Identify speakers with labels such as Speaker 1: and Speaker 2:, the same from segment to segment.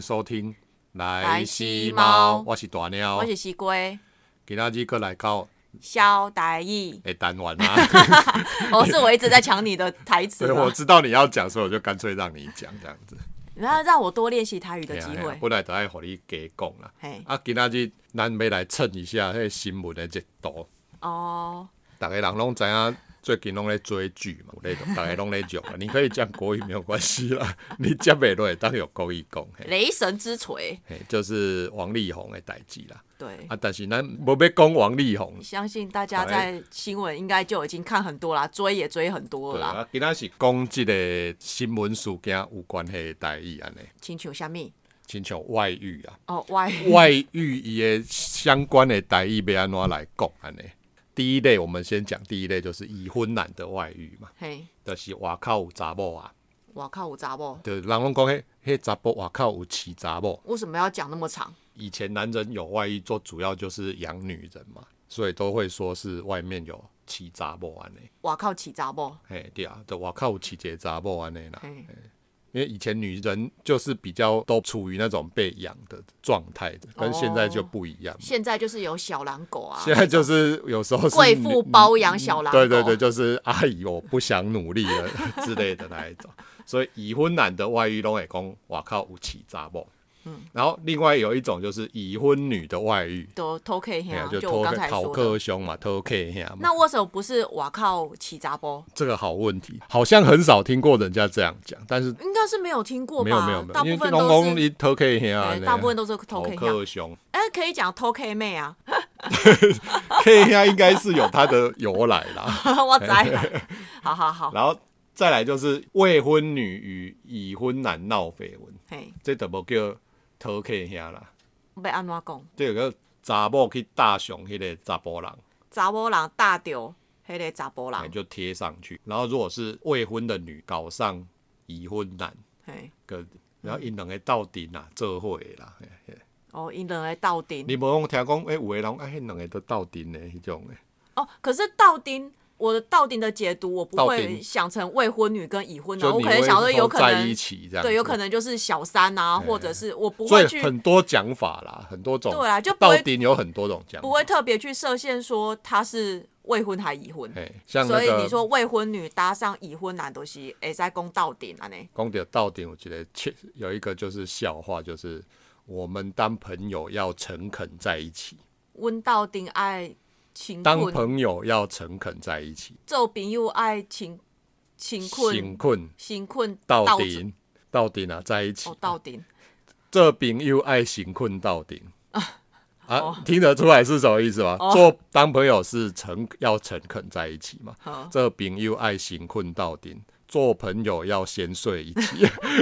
Speaker 1: 收听
Speaker 2: 来
Speaker 1: 吸
Speaker 2: 吸猫
Speaker 1: 我是大鸟
Speaker 2: 我，是西龟，
Speaker 1: 今仔日过来到
Speaker 2: 肖达义。
Speaker 1: 诶单元啊，
Speaker 2: 哦，是我一直在抢你的台词啊
Speaker 1: 所以我
Speaker 2: 吗？
Speaker 1: 知道你要讲，所以我就干脆让你讲这样 子。
Speaker 2: 你要让我多练习台语的
Speaker 1: 嘿
Speaker 2: 机
Speaker 1: 啊嘿啊
Speaker 2: 会。
Speaker 1: 本来都爱互你加讲啦。
Speaker 2: 嘿，
Speaker 1: 啊，今仔日咱要来蹭一下迄个新闻的热度，
Speaker 2: 哦，
Speaker 1: 逐个人拢知影。最近拢咧追剧嘛，有咧大家拢咧用啊。你可以讲国语没有关系啦， 你接袂落当有国语讲，嘿
Speaker 2: 雷神之锤，
Speaker 1: 嘿，就是王力宏的代志啦。
Speaker 2: 对，
Speaker 1: 啊，但是咱无要讲王力宏，
Speaker 2: 相信大家
Speaker 1: 本来
Speaker 2: 在新闻应该就已经看很多啦，追也追很多
Speaker 1: 对
Speaker 2: 了啦。
Speaker 1: 啊，今仔是讲即个新闻事件有关系的代志安尼，
Speaker 2: 请求虾米？
Speaker 1: 亲像外遇啊，
Speaker 2: 哦，外
Speaker 1: 外遇伊的相关的代志要安怎来讲安尼？第一类我们先讲第一类，就是已婚男的外遇嘛，
Speaker 2: 嘿，
Speaker 1: 就是外口有查某啊，
Speaker 2: 我靠，我查某
Speaker 1: 就是人拢讲迄迄查甫外口有饲查某，
Speaker 2: 为什么要讲那么长？
Speaker 1: 以前男人有外遇，做主要就是养女人嘛，所以都会说是外面有饲查某安尼。
Speaker 2: 我靠，起查某，
Speaker 1: 嘿，对啊，就外口有饲一个查某安尼啦。
Speaker 2: 嘿，
Speaker 1: 因为以前女人就是比较都处于那种被养的状态的，跟现在
Speaker 2: 哦
Speaker 1: 就不一样。
Speaker 2: 现在就是有小狼狗啊，
Speaker 1: 现在就是有时候是
Speaker 2: 贵妇包养小狼狗，
Speaker 1: 对对对，就是阿姨，我不想努力了之类的那一种。所以已婚男的外遇拢会讲，哇靠，有起查某。嗯，然后另外有一种就是已婚女的外遇，
Speaker 2: 都偷 K
Speaker 1: 哎呀
Speaker 2: 呀，
Speaker 1: 就
Speaker 2: 啊就我
Speaker 1: 偷
Speaker 2: 刚才
Speaker 1: 讨
Speaker 2: 说的。
Speaker 1: 克兄嘛，偷 K 呀嘛，
Speaker 2: 那为什么不是我靠起查波？
Speaker 1: 这个好问题，好像很少听过人家这样讲，但是
Speaker 2: 应该是没有听过吧？
Speaker 1: 没有没有没
Speaker 2: 大
Speaker 1: 有，
Speaker 2: 部
Speaker 1: 因为
Speaker 2: 分
Speaker 1: 龙
Speaker 2: 都
Speaker 1: 龙
Speaker 2: 是
Speaker 1: 你偷啊 K 呀
Speaker 2: 哎，大部分都是偷
Speaker 1: 讨
Speaker 2: K 呀。
Speaker 1: 克兄。
Speaker 2: 哎，可以讲偷 K 妹啊，
Speaker 1: K 呀，应该是有它的由来啦。
Speaker 2: 我 栽了。好好好，
Speaker 1: 然后再来就是未婚女与已婚男闹绯闻，
Speaker 2: 嘿，
Speaker 1: 这怎么叫偷 K 呀啦？
Speaker 2: 要安怎讲？
Speaker 1: 这有个查某去搭上迄个查甫人，
Speaker 2: 查某人搭着迄个查甫
Speaker 1: 哎
Speaker 2: 人，
Speaker 1: 就贴上去。然后如果是未婚的女搞上已婚男，
Speaker 2: 嘿，
Speaker 1: 个然后因两个斗阵啦，做伙的啦。嘿嘿
Speaker 2: 哦，因两个斗阵。
Speaker 1: 你无讲听讲，诶，有个人啊，迄两个都斗阵的迄种的。
Speaker 2: 哦，可是到丁，我的到丁的解读，我不
Speaker 1: 到
Speaker 2: 会
Speaker 1: 丁
Speaker 2: 想成未婚女跟已婚的，
Speaker 1: 就
Speaker 2: 我
Speaker 1: 你
Speaker 2: 可能想说
Speaker 1: 会
Speaker 2: 有可
Speaker 1: 在一
Speaker 2: 能，
Speaker 1: 起这样子，
Speaker 2: 对，有可能就是小三啊，或者是我不
Speaker 1: 所
Speaker 2: 会
Speaker 1: 以
Speaker 2: 去，
Speaker 1: 很多讲法啦，很多种。
Speaker 2: 对啊就不
Speaker 1: 到
Speaker 2: 会
Speaker 1: 顶有很多种讲法。
Speaker 2: 不会特别去设限说他是未婚还已婚。
Speaker 1: 哎，像那
Speaker 2: 所以你
Speaker 1: 个
Speaker 2: 说未婚女搭上已婚男都是会使讲到顶安尼，
Speaker 1: 讲到到顶，我觉得切有一个就是笑话，就是我们当朋友要诚恳在一起，
Speaker 2: 阮到顶爱勤
Speaker 1: 当
Speaker 2: 困，
Speaker 1: 朋友要诚恳在一起，
Speaker 2: 做朋友爱勤勤
Speaker 1: 勤
Speaker 2: 困，
Speaker 1: 困
Speaker 2: 勤困
Speaker 1: 到
Speaker 2: 底
Speaker 1: 顶，到顶啊，在一起
Speaker 2: 哦，到顶
Speaker 1: 这朋友爱勤困到顶。啊，听得出来是什么意思吗？
Speaker 2: 哦
Speaker 1: 做当朋友是诚要诚恳在一起嘛。
Speaker 2: 好
Speaker 1: 这朋友爱行困到顶，做朋友要先睡一起，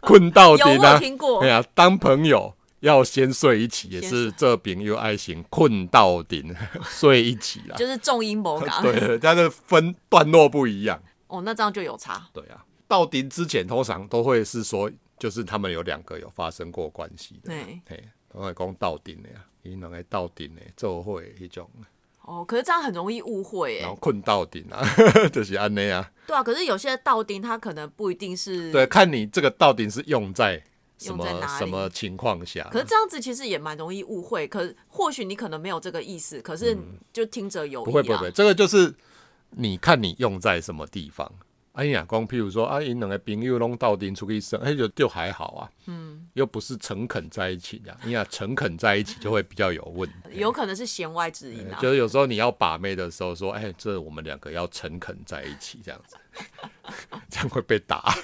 Speaker 1: 困 到
Speaker 2: 有
Speaker 1: 顶
Speaker 2: 我有
Speaker 1: 啊！
Speaker 2: 听过
Speaker 1: 哎，呀，当朋友要先睡一起，也
Speaker 2: 先
Speaker 1: 是这朋友爱行困到顶， 睡一起啦。
Speaker 2: 就是重音某 感
Speaker 1: 对，它的分段落不一样。
Speaker 2: 哦，那这样就有差
Speaker 1: 对啊，到顶之前通常都会是说，就是他们有两个有发生过关系的
Speaker 2: 对。
Speaker 1: 嘿，都会讲到顶的呀，因两个到顶的做伙迄种，
Speaker 2: 哦，可是这样很容易误会
Speaker 1: 然后
Speaker 2: 哎，
Speaker 1: 困到顶啊， 就是安尼啊。
Speaker 2: 对啊，可是有些到丁他可能不一定是
Speaker 1: 对，，看你这个到底是用在什
Speaker 2: 用
Speaker 1: 么
Speaker 2: 在哪里
Speaker 1: 什么情况下。
Speaker 2: 可是这样子其实也蛮容易误会，可或许你可能没有这个意思，可是就听者有意啊，
Speaker 1: 嗯不会不会不会，这个就是你看你用在什么地方。哎呀，公，譬如说啊，因两个朋友弄到底出去生，哎，就就还好啊，嗯，又不是诚恳在一起的、啊你呀，诚恳在一起就会比较有问题。
Speaker 2: 有可能是弦外之音啊，
Speaker 1: 就是有时候你要把妹的时候说，哎，这我们两个要诚恳在一起，这样子， 这样会被打。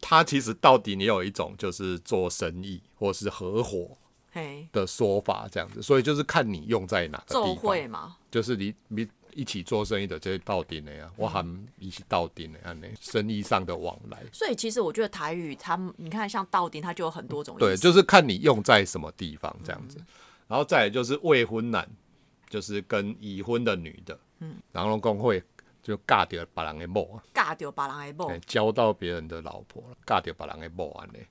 Speaker 1: 他其实到底你有一种就是做生意或是合伙，
Speaker 2: 嘿，
Speaker 1: 的说法这样子，所以就是看你用在哪个
Speaker 2: 奏
Speaker 1: 地
Speaker 2: 会
Speaker 1: 方，
Speaker 2: 嘛，
Speaker 1: 就是你你一起做生意的这些到顶的呀、我含一起到顶的啊，那生意上的往来，
Speaker 2: 所以其实我觉得台语它，你看像道丁，它就有很多种意思。
Speaker 1: 对，就是嗯看你用在什么地方这样子，然后再来就是未婚男，就是跟已婚的女的，嗯，然后公会就尬掉把人的某，
Speaker 2: 尬掉把人的某
Speaker 1: 哎，交到别人的老婆，尬掉把人的某安嘞，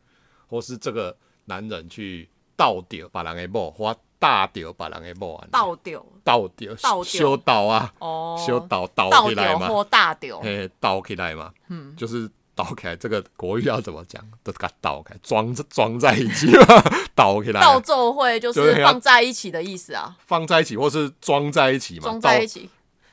Speaker 1: 或是这个男人去倒掉把人的某，或大掉把人的某安，
Speaker 2: 倒掉
Speaker 1: 倒掉
Speaker 2: 倒掉
Speaker 1: 修倒啊。
Speaker 2: 哦，
Speaker 1: 小倒倒
Speaker 2: 倒
Speaker 1: 起来
Speaker 2: 掉
Speaker 1: 嘛，
Speaker 2: 或大掉，
Speaker 1: 嘿，倒起来嘛，嗯，就是倒起来，这个国语要怎么讲？都给它倒开，装装在一起 嘛，倒起来，啊
Speaker 2: 道咒会就
Speaker 1: 就是
Speaker 2: 是
Speaker 1: 要
Speaker 2: 放在一起的意思啊，
Speaker 1: 放在一起，或是装在一起嘛，
Speaker 2: 装在一
Speaker 1: 倒。
Speaker 2: 起。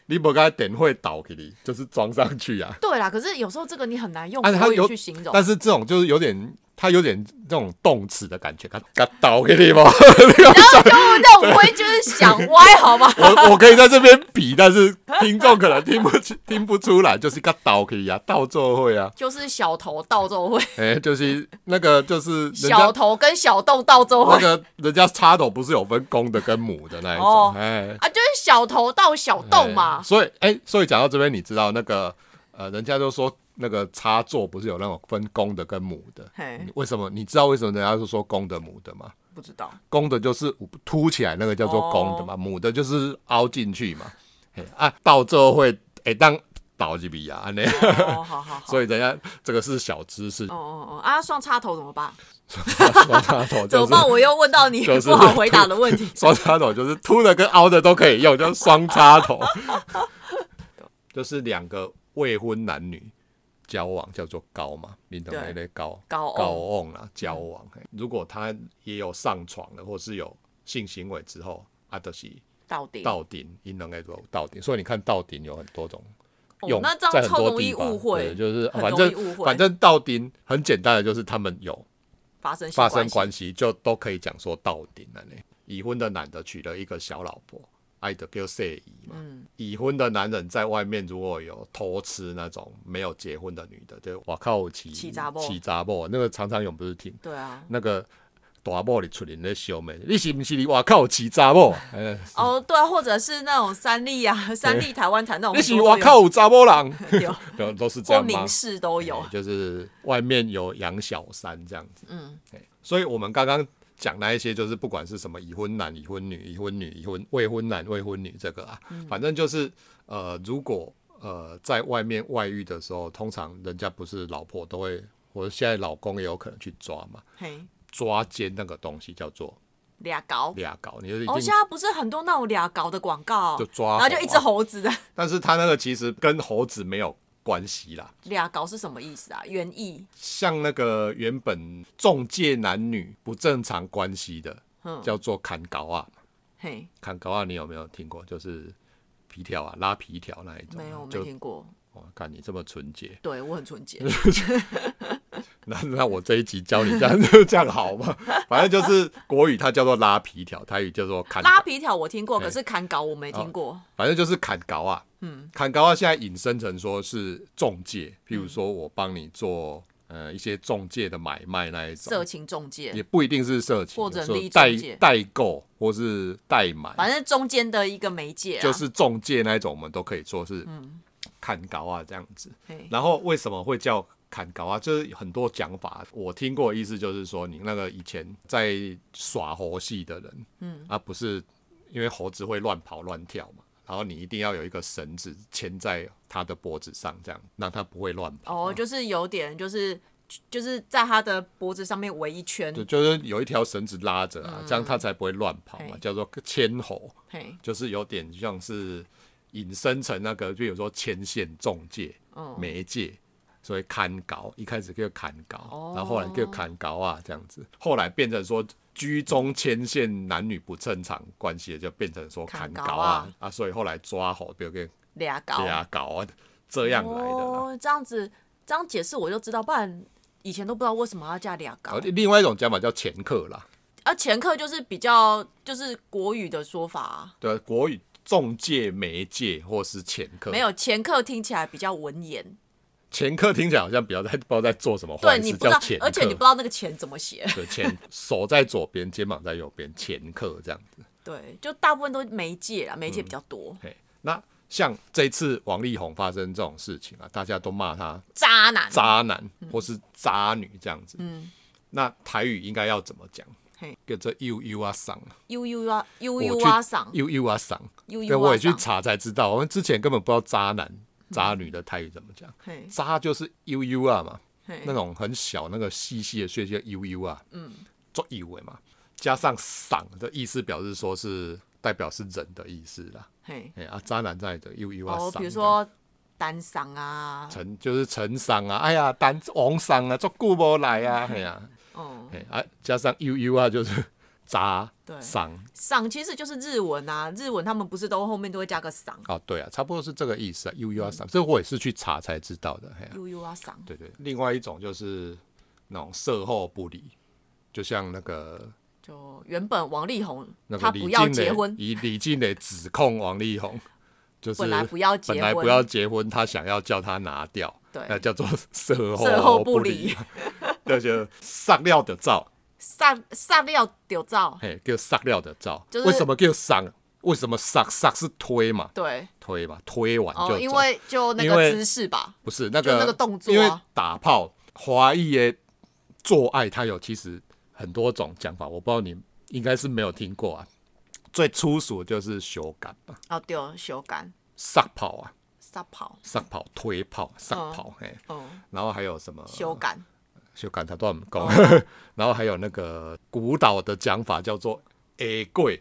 Speaker 1: 你不该点会倒给你，就是装上去啊。
Speaker 2: 对啦，可是有时候这个你很难用
Speaker 1: 但是它
Speaker 2: 国语
Speaker 1: 啊有
Speaker 2: 去形容。
Speaker 1: 但是这种就是有点，它有点这种动词的感觉，给它给它倒给你嘛。
Speaker 2: 然后就 让我会就是想歪，好吗？
Speaker 1: 我我可以在这边比，但是听众可能听不清听不出来，就是个倒可以啊，倒座会啊，
Speaker 2: 就是小头道咒会，
Speaker 1: 哎、就是那个就是人
Speaker 2: 小
Speaker 1: 家
Speaker 2: 头跟小洞道咒
Speaker 1: 那
Speaker 2: 会
Speaker 1: 个人家插头不是有分公的跟母的那一
Speaker 2: 哦
Speaker 1: 种，哎、
Speaker 2: 啊，就是小头到小洞嘛
Speaker 1: 哎。所以哎、所以讲到这边，你知道那个呃，人家就说那个插座不是有那种分公的跟母的，
Speaker 2: 嘿
Speaker 1: 你，为什么？你知道为什么人家就说公的母的吗？
Speaker 2: 不知道，
Speaker 1: 公的就是凸起来那个叫做公的嘛，
Speaker 2: 哦
Speaker 1: 母的就是凹进去嘛。嘿啊，到最后会哎当倒几笔啊，安尼。
Speaker 2: 哦，好好好。
Speaker 1: 所以人家这个是小知识
Speaker 2: 哦，哦哦啊！双插头怎么办？
Speaker 1: 双插头
Speaker 2: 怎
Speaker 1: 就
Speaker 2: 么
Speaker 1: 是
Speaker 2: 办？我又问到你
Speaker 1: 就是
Speaker 2: 不好回答的 问题。
Speaker 1: 双插头就是凸的跟凹的都可以用，叫双插头。 就是两个未婚男女交往叫做高嘛，你懂那类高
Speaker 2: 高
Speaker 1: 高
Speaker 2: 哦，
Speaker 1: on 啊交往。嘿如果他也有上床了，或是有性行为之后，啊，就是
Speaker 2: 到底
Speaker 1: 到顶，因能够有到顶，所以你看到顶有很多种
Speaker 2: 哦
Speaker 1: 用，，
Speaker 2: 那这
Speaker 1: 在很
Speaker 2: 样超
Speaker 1: 多
Speaker 2: 容易
Speaker 1: 地方
Speaker 2: 误
Speaker 1: 对
Speaker 2: 会，
Speaker 1: 就是
Speaker 2: 很
Speaker 1: 反
Speaker 2: 容易
Speaker 1: 正
Speaker 2: 误会
Speaker 1: 反正到顶很简单的就是他们有
Speaker 2: 发生性
Speaker 1: 发生
Speaker 2: 系
Speaker 1: 关系，就都可以讲说到顶了呢。已婚的男的娶了一个小老婆，爱的叫谢姨嘛。
Speaker 2: 嗯
Speaker 1: 已婚的男人在外面如果有偷吃那种没有结婚的女的，就哇靠起
Speaker 2: 起查某
Speaker 1: 起杂波，那个常常勇不是听
Speaker 2: 对啊，
Speaker 1: 那个。大某你出来咧小妹，你是不是你哇靠起查 某？哎
Speaker 2: 哦，对啊，或者是那种三立啊，三立台湾台那种，
Speaker 1: 你是哇靠有查某人？
Speaker 2: 有，
Speaker 1: 都都是这
Speaker 2: 或
Speaker 1: 样吗
Speaker 2: 民？视都有啊
Speaker 1: 哎，就是外面有养小三这样子。嗯，所以我们刚刚讲那一些，就是不管是什么已婚男、已婚女、已婚女、已婚未婚男、未婚女这个啊，
Speaker 2: 嗯
Speaker 1: 反正就是呃，如果呃在外面外遇的时候，通常人家不是老婆都会，或者现在老公也有可能去抓嘛，
Speaker 2: 嘿，
Speaker 1: 抓奸那个东西叫做
Speaker 2: 俩搞。
Speaker 1: 俩搞，你就是一
Speaker 2: 哦，
Speaker 1: 定
Speaker 2: 现在不是很多那种俩搞的广告，
Speaker 1: 就抓
Speaker 2: 然后就一
Speaker 1: 猴
Speaker 2: 只
Speaker 1: 啊
Speaker 2: 猴子的
Speaker 1: 但是他那个其实跟猴子没有关系啦，
Speaker 2: 俩搞是什么意思啊？原意，
Speaker 1: 像那个原本中介男女不正常关系的，
Speaker 2: 嗯，
Speaker 1: 叫做砍高啊，
Speaker 2: 嘿，
Speaker 1: 砍高啊，你有没有听过？就是皮条啊，拉皮条那一种啊。
Speaker 2: 没有没
Speaker 1: 就
Speaker 2: 听过，
Speaker 1: 我看你这么纯洁，
Speaker 2: 对我很纯洁，
Speaker 1: 那那我这一集教你这样这样好吗？反正就是国语它叫做拉皮条，台语叫做砍高
Speaker 2: 拉皮条我听过，
Speaker 1: 嘿啊
Speaker 2: 可是砍稿我没听过，
Speaker 1: 反正就是砍高啊。
Speaker 2: 嗯，
Speaker 1: 砍高啊，现在引申成说是中介，譬如
Speaker 2: 嗯
Speaker 1: 说我帮你做呃一些中介的买卖那一种，
Speaker 2: 色情中
Speaker 1: 也
Speaker 2: 介，
Speaker 1: 不一定是色情，
Speaker 2: 或者
Speaker 1: 有时候
Speaker 2: 利益
Speaker 1: 代
Speaker 2: 中介
Speaker 1: 代购或是代买，
Speaker 2: 反正中间的一个媒介啊，
Speaker 1: 就是中介那一种，我们都可以说是
Speaker 2: 嗯
Speaker 1: 砍高啊这样子。
Speaker 2: 嘿
Speaker 1: 然后为什么会叫砍高啊？就是很多讲法，我听过的意思就是说，你那个以前在耍猴戏的人，嗯，啊不是因为猴子会乱跑乱跳嘛，然后你一定要有一个绳子牵在它的脖子上，这样让它不会乱跑。
Speaker 2: 哦，就是有点就是就是在他的脖子上面围一圈，
Speaker 1: 对，就是有一条绳子拉着
Speaker 2: 嗯
Speaker 1: 啊，这样它才不会乱跑嘛，
Speaker 2: 嘿
Speaker 1: 叫做牵猴。
Speaker 2: 嘿，
Speaker 1: 就是有点像是引申成那个，比如说牵线、中介、
Speaker 2: 哦
Speaker 1: 媒介，所以砍高，一开始叫砍高，
Speaker 2: 哦
Speaker 1: 然后后来叫砍高啊这样子，后来变成说居中牵线男女不正常关系，就变成说砍高
Speaker 2: 砍高
Speaker 1: 啊
Speaker 2: 啊
Speaker 1: 啊，所以后来抓好，比如给
Speaker 2: 俩搞，
Speaker 1: 俩搞啊这样来的啦。
Speaker 2: 哦，这样子这样解释我就知道，不然以前都不知道为什么要叫俩搞
Speaker 1: 而。另外一种讲法叫前客啦，
Speaker 2: 啊，前客就是比较就是国语的说法、啊，
Speaker 1: 对啊，国语中介、媒介或是前客，
Speaker 2: 没有前客听起来比较文言，
Speaker 1: 前客听起来好像比较在不知道在做什么坏
Speaker 2: 对
Speaker 1: 事，
Speaker 2: 你不知
Speaker 1: 叫
Speaker 2: 道
Speaker 1: 前，客。
Speaker 2: 而且你不知道那个钱怎么写，
Speaker 1: 对，前手在左边，肩膀在右边，前客这样子。
Speaker 2: 对，就大部分都媒介啦，媒介
Speaker 1: 嗯
Speaker 2: 比较多，
Speaker 1: 嘿，那像这次王力宏发生这种事情啊，大家都骂他
Speaker 2: 渣男，
Speaker 1: 渣男或是渣女这样子。
Speaker 2: 嗯，
Speaker 1: 那台语应该要怎么讲
Speaker 2: 嘿？
Speaker 1: 叫做悠悠啊桑，
Speaker 2: 悠悠啊，悠
Speaker 1: 我
Speaker 2: 悠
Speaker 1: 去
Speaker 2: 啊赏，
Speaker 1: 悠悠啊桑，
Speaker 2: 悠
Speaker 1: 对，
Speaker 2: 悠
Speaker 1: 我
Speaker 2: 啊
Speaker 1: 也去
Speaker 2: 赏，
Speaker 1: 查才知道，我们之前根本不知道渣男、渣女的台语怎么讲。
Speaker 2: 嘿，
Speaker 1: 渣就是悠悠啊嘛，
Speaker 2: 嘿
Speaker 1: 那种很小那个细细的碎屑悠悠啊，嗯，做以为嘛，加上赏的意思表示说是代表是人的意思啦。
Speaker 2: 嘿，
Speaker 1: 哎啊，渣男在的 U U 啊，
Speaker 2: 哦，
Speaker 1: 赏
Speaker 2: 比如
Speaker 1: 这样
Speaker 2: 说单商啊，
Speaker 1: 陈就是陈桑啊，哎呀，单王桑啊，足久无来啊，哎呀、
Speaker 2: 哦、
Speaker 1: 嘿啊，加上悠悠啊，就是杂
Speaker 2: 对
Speaker 1: 桑
Speaker 2: 赏其实就是日文啊，日文他们不是都后面都会加个赏，
Speaker 1: 啊，对啊，差不多是这个意思啊，悠悠啊桑，这我也是去查才知道的，嘿啊、
Speaker 2: 悠悠啊赏，
Speaker 1: 对对，另外一种就是那种售后不理，就像那个
Speaker 2: 就原本王力宏
Speaker 1: 那个
Speaker 2: 他
Speaker 1: 李
Speaker 2: 不
Speaker 1: 静
Speaker 2: 要
Speaker 1: 蕾
Speaker 2: 结婚，
Speaker 1: 以李静蕾指控王力宏，就是
Speaker 2: 本来不要结
Speaker 1: 本来不
Speaker 2: 婚
Speaker 1: 要结婚，他想要叫他拿掉，
Speaker 2: 对
Speaker 1: 那叫做 售后
Speaker 2: 售后不
Speaker 1: 理，
Speaker 2: 理，
Speaker 1: 那就上料的照，
Speaker 2: 上上料丢照，
Speaker 1: 嘿，叫上料的照，
Speaker 2: 就是
Speaker 1: 为什么叫上？为什么上上是推嘛？
Speaker 2: 对，
Speaker 1: 推嘛，推完就走、
Speaker 2: 哦，因为就那
Speaker 1: 因
Speaker 2: 个
Speaker 1: 为
Speaker 2: 姿势吧，
Speaker 1: 不是那
Speaker 2: 就
Speaker 1: 个
Speaker 2: 那个动作啊
Speaker 1: 因为打炮，华裔的做爱，它有其实很多种讲法，我不知道你应该是没有听过啊。最粗俗就是修改嘛，
Speaker 2: 哦丢修改
Speaker 1: 撒跑啊，
Speaker 2: 撒跑，
Speaker 1: 撒跑、推炮、撒跑，嘿、
Speaker 2: 哦
Speaker 1: 然后还有什么
Speaker 2: 修哦改
Speaker 1: 修改，他都很高。 然后还有那个古岛的讲法叫做 A 贵，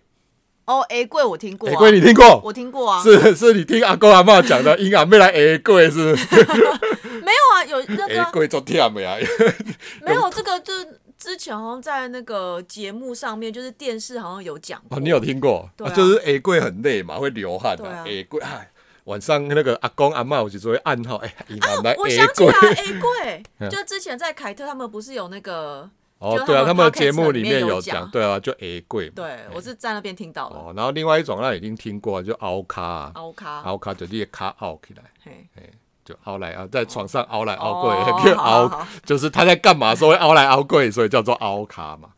Speaker 2: 哦 A 贵我听过、
Speaker 1: A
Speaker 2: 啊，
Speaker 1: 贵你听过？
Speaker 2: 我听过啊，
Speaker 1: 是是你听阿公阿嬷讲的，因 阿妹来 A 贵是
Speaker 2: 没有啊，有那个
Speaker 1: A
Speaker 2: 啊、
Speaker 1: 贵做忝的啊。
Speaker 2: 没有这个，就是之前好像在那个节目上面，就是电视好像有讲过，
Speaker 1: 哦，你有听过？
Speaker 2: 对啊
Speaker 1: 就是 A 柜很累嘛，会流汗
Speaker 2: 对啊
Speaker 1: A 柜、哎晚上那个阿公阿嬷有时候会暗 号，哎、你拿来
Speaker 2: 啊我
Speaker 1: A
Speaker 2: 想起
Speaker 1: 柜
Speaker 2: 来。A 柜，
Speaker 1: 嗯
Speaker 2: 就之前在凯特他们不是有那个，
Speaker 1: 哦
Speaker 2: 就，
Speaker 1: 对啊，
Speaker 2: 他
Speaker 1: 他
Speaker 2: 们
Speaker 1: 们的
Speaker 2: podcast
Speaker 1: 节目里
Speaker 2: 里面有
Speaker 1: 有
Speaker 2: 讲
Speaker 1: 对啊，就 A 柜嘛。
Speaker 2: 对我是在那边听到的，
Speaker 1: 哦，然后另外一种那已经听过，就凹卡啊，
Speaker 2: 凹咖，
Speaker 1: 凹卡就你的卡凹起来，
Speaker 2: 嘿，
Speaker 1: 就凹来啊凹，在床上凹来凹
Speaker 2: 哦
Speaker 1: 柜，就
Speaker 2: 好好
Speaker 1: 凹
Speaker 2: 好，
Speaker 1: 就是他在干嘛的时候会凹来凹柜，所以叫做凹卡嘛。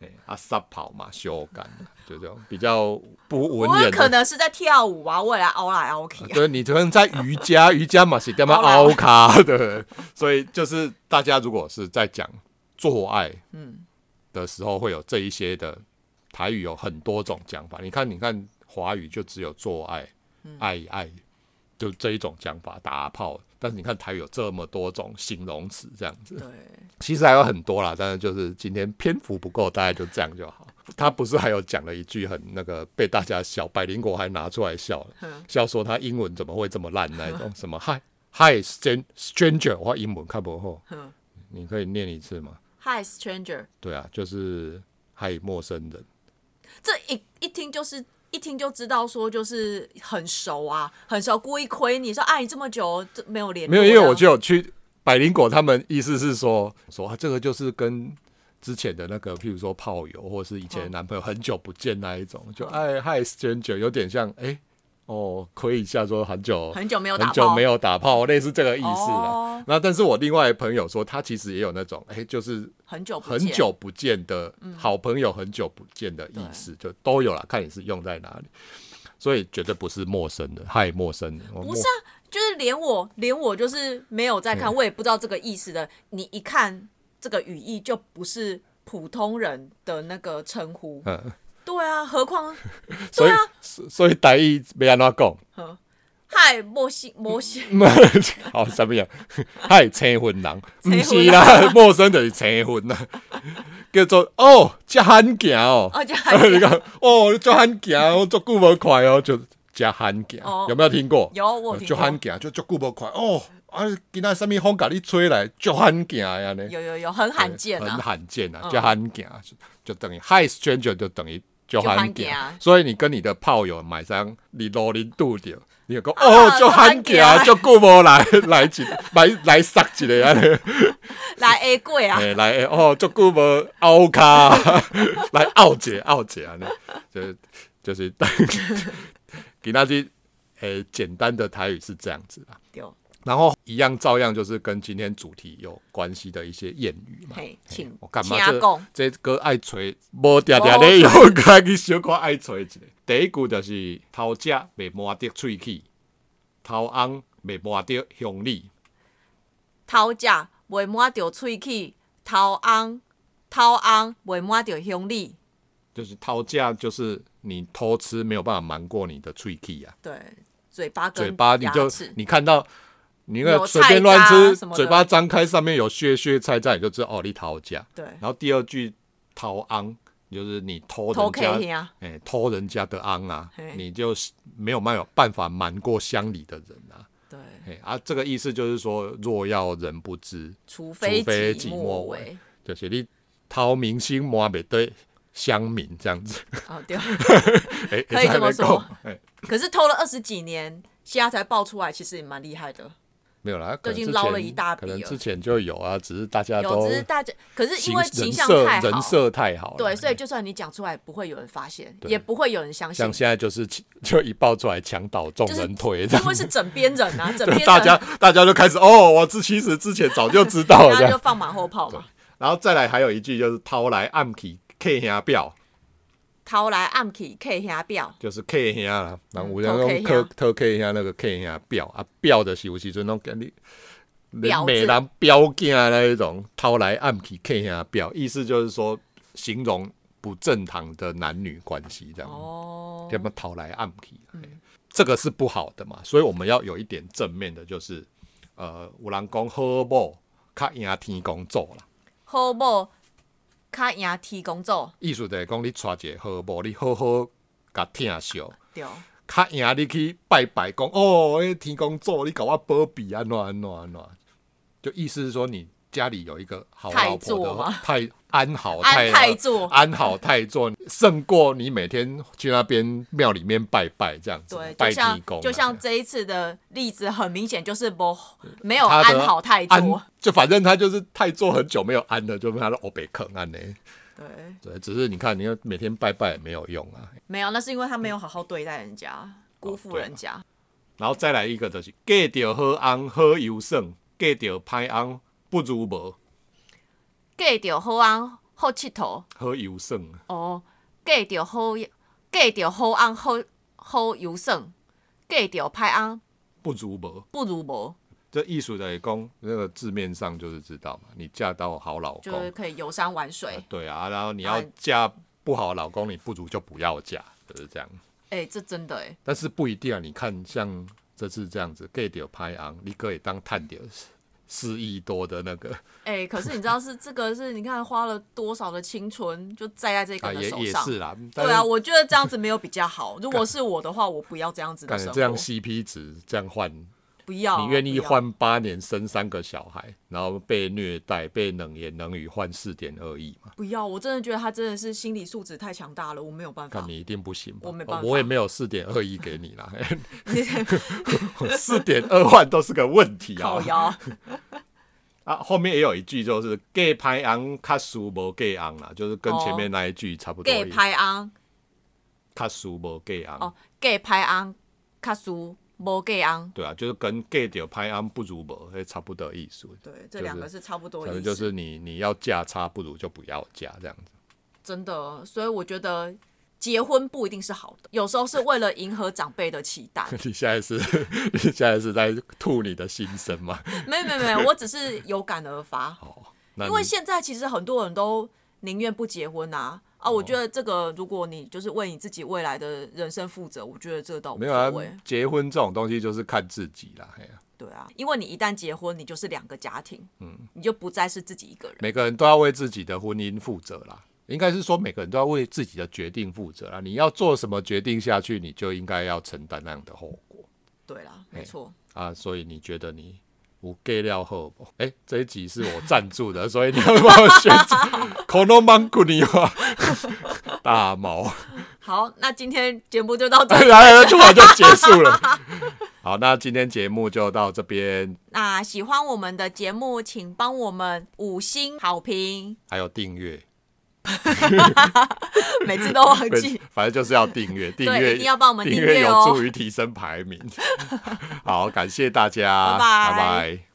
Speaker 1: 哎，啊，撒跑嘛，修改嘛，就这种比较不文
Speaker 2: 我有
Speaker 1: 言的
Speaker 2: 可能是在跳舞啊，我也来凹来凹去啊，
Speaker 1: 对，你可能在瑜伽，瑜伽嘛是干嘛
Speaker 2: 好啦好
Speaker 1: 凹卡的，所以就是大家如果是在讲做爱，嗯，的时候会有这一些的台语有很多种讲法。你看，你看华语就只有做爱、
Speaker 2: 嗯
Speaker 1: 爱爱，就这一种讲法打炮。但是你看台语有这么多种形容词，这样子
Speaker 2: 对，
Speaker 1: 其实还有很多啦，但是就是今天篇幅不够，大概就这样就好。他不是还有讲了一句很那个被大家笑，百灵果还拿出来笑了。
Speaker 2: 哼
Speaker 1: 笑说他英文怎么会这么烂那一 种，什么 Hi Hi stran- Stranger，我英文看不好
Speaker 2: 哼，
Speaker 1: 你可以念一次吗？
Speaker 2: ，Hi stranger，
Speaker 1: 对啊，就是 Hi 陌生人，
Speaker 2: 这一一听就是。一听就知道，说就是很熟啊，很熟，故意亏你说，哎，你这么久这没有联络
Speaker 1: 没有，
Speaker 2: 这样，
Speaker 1: 因为我就有去百灵果，他们意思是说说、啊、这个就是跟。之前的那个，譬如说炮友，或是以前的男朋友很久不见那一种，
Speaker 2: 哦
Speaker 1: 就哎嗨 stranger，有点像哎、哦，亏一下说很久
Speaker 2: 很久没有打
Speaker 1: 很久
Speaker 2: 炮
Speaker 1: 没有打炮，类似这个意思
Speaker 2: 哦
Speaker 1: 了。那但是我另外的朋友说，他其实也有那种哎、就是
Speaker 2: 很久不
Speaker 1: 很
Speaker 2: 见
Speaker 1: 久不见的好朋友，很久不见的意思，就都有啦，看你是用在哪里。所以绝对不是陌生的，嗨，陌生人，我
Speaker 2: 不
Speaker 1: 陌
Speaker 2: 是啊，就是连我连我就是没有在
Speaker 1: 嗯
Speaker 2: 看，我也不知道这个意思的。你一看这个语义，就不是普通人的那个称呼。
Speaker 1: 嗯，
Speaker 2: 对啊，何况
Speaker 1: 所以、
Speaker 2: 对啊
Speaker 1: 所所以台语没安怎讲，
Speaker 2: 嗨莫西莫西，
Speaker 1: 好怎么样？嗨，青婚人，
Speaker 2: 青
Speaker 1: 不
Speaker 2: 婚人
Speaker 1: 是啦，陌生就是青婚啦，叫做哦，遮罕行哦，
Speaker 2: 而且
Speaker 1: 你看哦，遮罕行，我足久无看哦，就遮罕行
Speaker 2: 哦，
Speaker 1: 有没有听过？
Speaker 2: 有我有听
Speaker 1: 就罕
Speaker 2: 过，
Speaker 1: 行，就足久无看哦。啊，今仔什么风甲你吹来，就罕行的安尼。
Speaker 2: 有有有，很罕见
Speaker 1: 很
Speaker 2: 啊。
Speaker 1: 罕见啊，
Speaker 2: 嗯
Speaker 1: 叫罕见，就等于 high stranger 就等于就罕
Speaker 2: 很
Speaker 1: 见
Speaker 2: 见啊，
Speaker 1: 所以你跟你的炮友买张你路你拄着，你就讲哦就罕见
Speaker 2: 啊就罕见啊，
Speaker 1: 就久无来来一来来塞一个安 尼，
Speaker 2: 来 A 贵啊，
Speaker 1: 嘿来哦就久无凹卡， 来凹姐凹姐安尼，就是就是 给那些诶简单的台语是这样子啊，
Speaker 2: 丢
Speaker 1: 然后一样照样就是跟今天主题有关系的一些谚语嘛。
Speaker 2: 嘿，请
Speaker 1: 我干嘛
Speaker 2: 请啊讲
Speaker 1: 这这歌爱吹，无定定咧用家去小可爱吹一个。第一句就是头食袂摸得喙齿，头红袂摸得乡里。
Speaker 2: 头食袂满着喙齿，头红头红袂满着乡里。
Speaker 1: 就是头食，就是你偷吃没有办法瞒过你的喙齿啊，
Speaker 2: 对，嘴巴跟
Speaker 1: 嘴巴你
Speaker 2: 嗯牙
Speaker 1: 就
Speaker 2: 齿
Speaker 1: 你看到你那
Speaker 2: 有
Speaker 1: 个随便乱
Speaker 2: 菜渣
Speaker 1: 吃
Speaker 2: 什么，的
Speaker 1: 嘴巴张开上面有屑屑菜渣，你就知道哦你头食。
Speaker 2: 对
Speaker 1: 然后第二句头昂，就是你偷
Speaker 2: 偷
Speaker 1: 人
Speaker 2: 客
Speaker 1: 家
Speaker 2: 厅啊，
Speaker 1: 哎、偷人家的昂啊
Speaker 2: 嘿，
Speaker 1: 你就是没有办法办法瞒过乡里的人啊，
Speaker 2: 对，
Speaker 1: 嘿啊，这个意思就是说，若要人不知，
Speaker 2: 除
Speaker 1: 非
Speaker 2: 非
Speaker 1: 己
Speaker 2: 莫
Speaker 1: 莫为。就是你掏明星摸不对乡民这样子，
Speaker 2: 哦，对。
Speaker 1: 哎、
Speaker 2: 可以这么说
Speaker 1: 哎、嘿
Speaker 2: 可是偷了二十几年，现在才爆出来，其实也蛮厉害的。
Speaker 1: 没有啦，可
Speaker 2: 都
Speaker 1: 能
Speaker 2: 已经
Speaker 1: 之
Speaker 2: 捞
Speaker 1: 前
Speaker 2: 了一大笔
Speaker 1: 可能
Speaker 2: 了
Speaker 1: 之前就有啊，只是大家都
Speaker 2: 有，只是大家，可是因为
Speaker 1: 形人
Speaker 2: 形象
Speaker 1: 设
Speaker 2: 太
Speaker 1: 人
Speaker 2: 好，
Speaker 1: 设太好了，
Speaker 2: 对，所
Speaker 1: 以
Speaker 2: 以就算你讲出来，不会有人发现，
Speaker 1: 对
Speaker 2: 也不会有人相信
Speaker 1: 像，现在就是 就一爆出来墙倒众人推这样
Speaker 2: 因。为是枕边人 啊，枕边
Speaker 1: 就
Speaker 2: 人，
Speaker 1: 大 家大家就开始哦，我之其实之前早就知道了
Speaker 2: 大
Speaker 1: 这
Speaker 2: 家就
Speaker 1: 样，
Speaker 2: 放马后炮嘛，
Speaker 1: 然后再来还有一句就是掏来暗起 K 兄表，
Speaker 2: 掏来暗器 K 下表，
Speaker 1: 就是 K 兄啦，然后有人
Speaker 2: 嗯偷 K
Speaker 1: 用
Speaker 2: 兄
Speaker 1: 偷偷 K 兄那个 K 兄表啊表的是有时阵拢跟你
Speaker 2: 婊子
Speaker 1: 美人标镜那一种掏来暗起 K 兄表，意思就是说形容不正常的男女关系这样。
Speaker 2: 哦嗯
Speaker 1: 要，么讨来暗去、这个是不好的嘛，所以我们要有一点正面的，就是呃，有人讲好某较赢天公做啦，
Speaker 2: 好某较赢天公做，
Speaker 1: 意思就是讲你娶一个好某，你好好甲疼惜，
Speaker 2: 对，
Speaker 1: 较赢你去拜拜讲哦，迄天公做你甲我保庇安怎安怎安怎，就意思是说你家里有一个好老
Speaker 2: 太座
Speaker 1: 婆的
Speaker 2: 吗
Speaker 1: 太安好
Speaker 2: 安
Speaker 1: 太
Speaker 2: 泰座，
Speaker 1: 安好太座，胜过你每天去那边庙里面拜拜这样子
Speaker 2: 对，，就
Speaker 1: 拜天
Speaker 2: 像
Speaker 1: 公啊，
Speaker 2: 就像这一次的例子，很明显就是不没有
Speaker 1: 他的
Speaker 2: 哦安好太
Speaker 1: 安
Speaker 2: 座，
Speaker 1: 就反正他就是太做很久没有安了，就被他的欧北坑安呢。
Speaker 2: 对，
Speaker 1: 对，只是你看，你要每天拜拜也没有用啊。
Speaker 2: 没有，那是因为他
Speaker 1: 嗯
Speaker 2: 没有好好对待人家，辜负人
Speaker 1: 哦啊
Speaker 2: 家，
Speaker 1: 然后再来一个就是，嫁到好翁好优胜，嫁到歹翁不如无
Speaker 2: 嫁到好翁好佚佗，
Speaker 1: 好优胜。
Speaker 2: 哦，嫁到好嫁到好翁好好游耍，嫁到歹翁
Speaker 1: 不如无，
Speaker 2: 不如无，
Speaker 1: 这艺术的讲，那个字面上就是知道嘛，你嫁到好老公，
Speaker 2: 就是可以游山玩水
Speaker 1: 啊。对啊，然后你要
Speaker 2: 啊
Speaker 1: 嫁不好的老公，你不如就不要嫁，就是这样。
Speaker 2: 哎、这真的哎、
Speaker 1: 但是不一定啊，你看像这次这样子，嫁到歹翁，你可以当探掉四亿多的那个。
Speaker 2: 哎、可是你知道是这个是，你看花了多少的青春就栽在这个
Speaker 1: 啊，
Speaker 2: 人的
Speaker 1: 也
Speaker 2: 手
Speaker 1: 也
Speaker 2: 上。
Speaker 1: 是啦，但
Speaker 2: 对啊，
Speaker 1: 是
Speaker 2: 我觉得这样子没有比 较好。如果是我的话，我不要这样子的
Speaker 1: 感
Speaker 2: 生
Speaker 1: 觉
Speaker 2: 活，
Speaker 1: 这样 CP 值这样换，
Speaker 2: 不要。
Speaker 1: 你愿意
Speaker 2: 哦不要？
Speaker 1: 换八年生三个小孩，然后被虐待、被冷言冷语，换四点二亿嘛？
Speaker 2: 不要，我真的觉得他真的是心理素质太强大了，我没有办法
Speaker 1: 看。你一定不行吧？哦
Speaker 2: 我没办法
Speaker 1: 我也没有四点二亿给你啦， 哎四点二万都是个问题啊
Speaker 2: 靠。腰，
Speaker 1: 啊，后面也有一句就是“给拍昂卡输无给昂”啦，就是跟前面那一句差不多
Speaker 2: 给
Speaker 1: 意思。
Speaker 2: 哦拍昂
Speaker 1: 卡输无给昂
Speaker 2: 哦，，给拍昂，卡输无给昂。
Speaker 1: 对啊，就是跟 “gay 掉拍昂不如无”那差不多意思。
Speaker 2: 对，这两个是差不多
Speaker 1: 反
Speaker 2: 意思，
Speaker 1: 正就是你你要价差，不如就不要价这样子。
Speaker 2: 真的。所以我觉得结婚不一定是好的，有时候是为了迎合长辈的 期待。
Speaker 1: 你现在是，你现在是在吐你的心声吗？
Speaker 2: 没有没有没有，我只是有感而发，
Speaker 1: 哦，那
Speaker 2: 因为
Speaker 1: 你
Speaker 2: 现在其实很多人都宁愿不结婚
Speaker 1: 哦
Speaker 2: 啊。啊，我觉得这个，如果你就是为你自己未来的人生负责，我觉欸得这倒无
Speaker 1: 没有啊
Speaker 2: 所谓。，
Speaker 1: 结婚这种东西就是看自己啦。嘿啊
Speaker 2: 对啊，因为你一旦结婚，你就是两个家庭，嗯，你就不再是自己一个人。
Speaker 1: 每个人都要为自己的婚姻负责啦。应该是说每个人都要为自己的决定负责啦。你要做什么决定下去，你就应该要承担那样的后果
Speaker 2: 对啦，没错，
Speaker 1: 啊。所以你觉得你我 gay 料后，哎、这一集是我赞助的，所以你要帮我选择 k o n o m a n g u n i 吗？啊 大毛。
Speaker 2: 好，那今天节目就到这
Speaker 1: 来
Speaker 2: 里。
Speaker 1: 来，突然就结束了。好，那今天节目就到这边，
Speaker 2: 那喜欢我们的节目，请帮我们五星好评，
Speaker 1: 还有订阅，
Speaker 2: 每次都忘
Speaker 1: 对
Speaker 2: 记。
Speaker 1: 反正就是要订阅，订
Speaker 2: 对，
Speaker 1: 阅
Speaker 2: 一定要帮我们
Speaker 1: 订
Speaker 2: 阅
Speaker 1: 有
Speaker 2: 哦
Speaker 1: 助。于提升排名。好，感谢大家，
Speaker 2: 拜拜
Speaker 1: 拜拜